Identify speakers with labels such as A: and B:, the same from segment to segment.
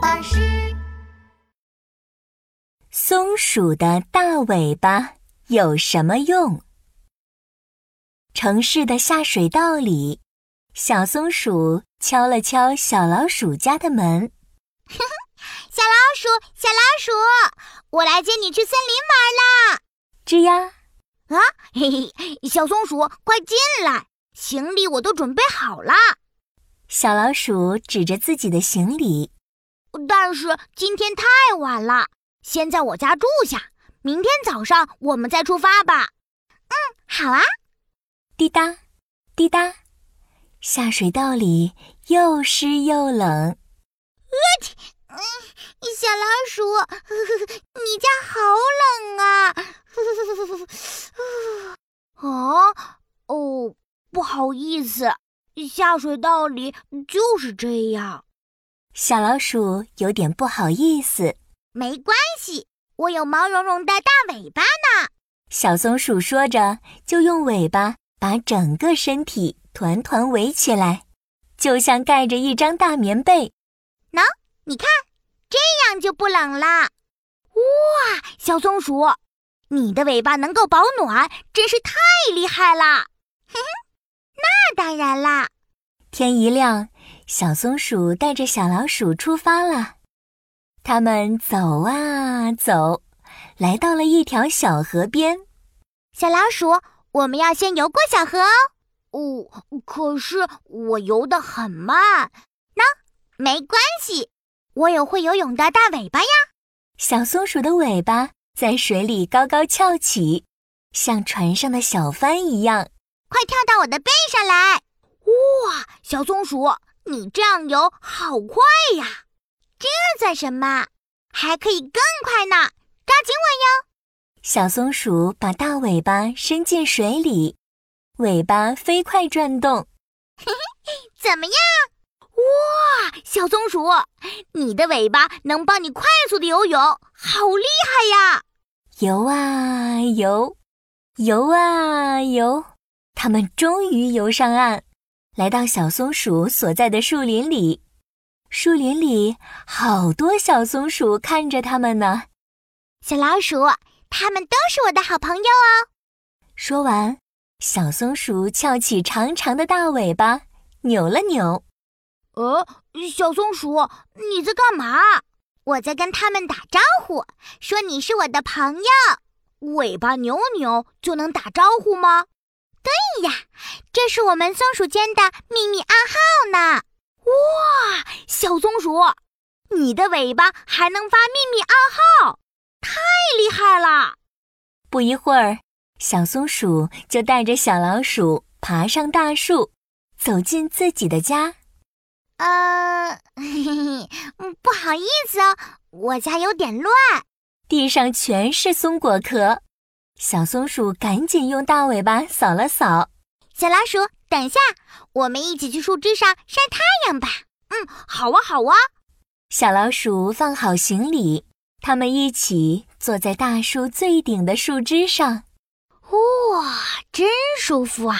A: 巴士。
B: 松鼠的大尾巴有什么用？城市的下水道里，小松鼠敲了敲小老鼠家的门。
A: 小老鼠，小老鼠，我来接你去森林玩啦！
B: 吱呀，
A: 啊，嘿嘿，小松鼠，快进来，行李我都准备好啦。
B: 小老鼠指着自己的行李。
A: 但是今天太晚了，先在我家住下，明天早上我们再出发吧。嗯，好啊。
B: 滴答，滴答，下水道里又湿又冷。
A: 小老鼠，呵呵呵你家好冷啊！ 啊，哦，不好意思，下水道里就是这样。
B: 小老鼠有点不好意思。
A: 没关系，我有毛茸茸的大尾巴。
B: 小松鼠说着，就用尾巴把整个身体团团围起来，就像盖着一张大棉被。
A: 你看，这样就不冷啦。哇，小松鼠，你的尾巴能够保暖，真是太厉害啦！嘿嘿， 那当然啦。
B: 天一亮，小松鼠带着小老鼠出发了。它们走啊走，来到了一条小河边。
A: 小老鼠，我们要先游过小河哦。哦，可是我游得很慢。那没关系，我有会游泳的大尾巴呀。
B: 小松鼠的尾巴在水里高高翘起，像船上的小帆一样。
A: 快跳到我的背上来！哇，小松鼠，你这样游好快呀！这算什么？还可以更快呢！抓紧我！
B: 小松鼠把大尾巴伸进水里，尾巴飞快转动。
A: 怎么样？哇，小松鼠，你的尾巴能帮你快速的游泳，好厉害呀！
B: 游啊游，游啊游，它们终于游上岸，来到小松鼠所在的树林里。树林里好多小松鼠看着它们呢。
A: 小老鼠，它们都是我的好朋友哦。
B: 说完，小松鼠翘起长长的大尾巴，扭了扭。
A: 呃，小松鼠，你在干嘛？我在跟他们打招呼，说你是我的朋友。尾巴扭扭就能打招呼吗？对呀，这是我们松鼠间的秘密暗号呢。哇，小松鼠，你的尾巴还能发秘密暗号，太厉害了！
B: 不一会儿，小松鼠就带着小老鼠爬上大树，走进自己的家。
A: 呃， 嘿嘿，嗯不好意思哦，我家有点乱。
B: 地上全是松果壳，小松鼠赶紧用大尾巴扫了扫。
A: 小老鼠，等一下，我们一起去树枝上晒太阳吧。嗯，好啊，好啊。
B: 小老鼠放好行李，它们一起坐在大树最顶的树枝上。
A: 哇，真舒服啊！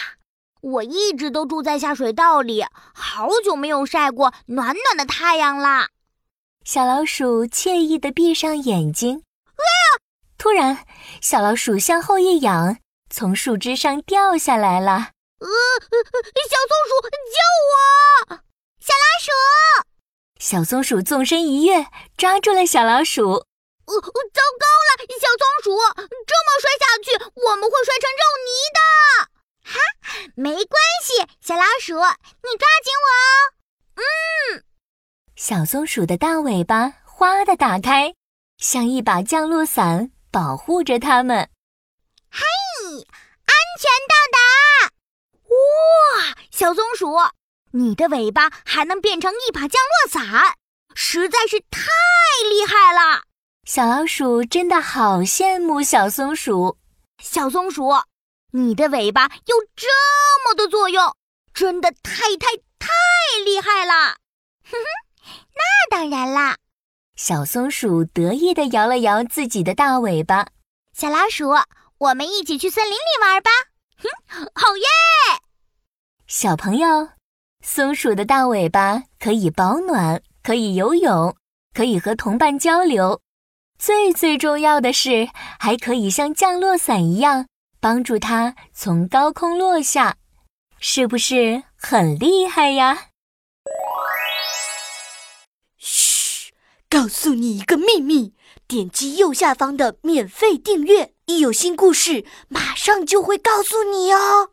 A: 我一直都住在下水道里，好久没有晒过暖暖的太阳啦。
B: 小老鼠惬意地闭上眼睛。突然，小老鼠向后一仰，从树枝上掉下来了。
A: 小松鼠，救我！呃小老鼠，
B: 小松鼠纵身一跃，抓住了小老鼠。
A: 呃，糟糕了，小松鼠，这么摔下去，我们会摔成肉泥的。哈，没关系，小老鼠，你抓紧我。
B: 小松鼠的大尾巴哗的打开，像一把降落伞保护着它们。
A: 安全到达！哇，小松鼠，你的尾巴还能变成一把降落伞，实在是太厉害了！
B: 小老鼠真的好羡慕小松鼠。
A: 小松鼠，你的尾巴有这么多作用，真的太太太厉害了！ 哼哼，那当然啦，
B: 小松鼠得意地摇了摇自己的大尾巴。
A: 小老鼠，我们一起去森林里玩吧！哼，好耶！
B: 小朋友，松鼠的大尾巴可以保暖，可以游泳，可以和同伴交流，最最重要的是，还可以像降落伞一样帮助它从高空落下，是不是很厉害呀？
A: 嘘，告诉你一个秘密，点击右下方的免费订阅，一有新故事，马上就会告诉你哦。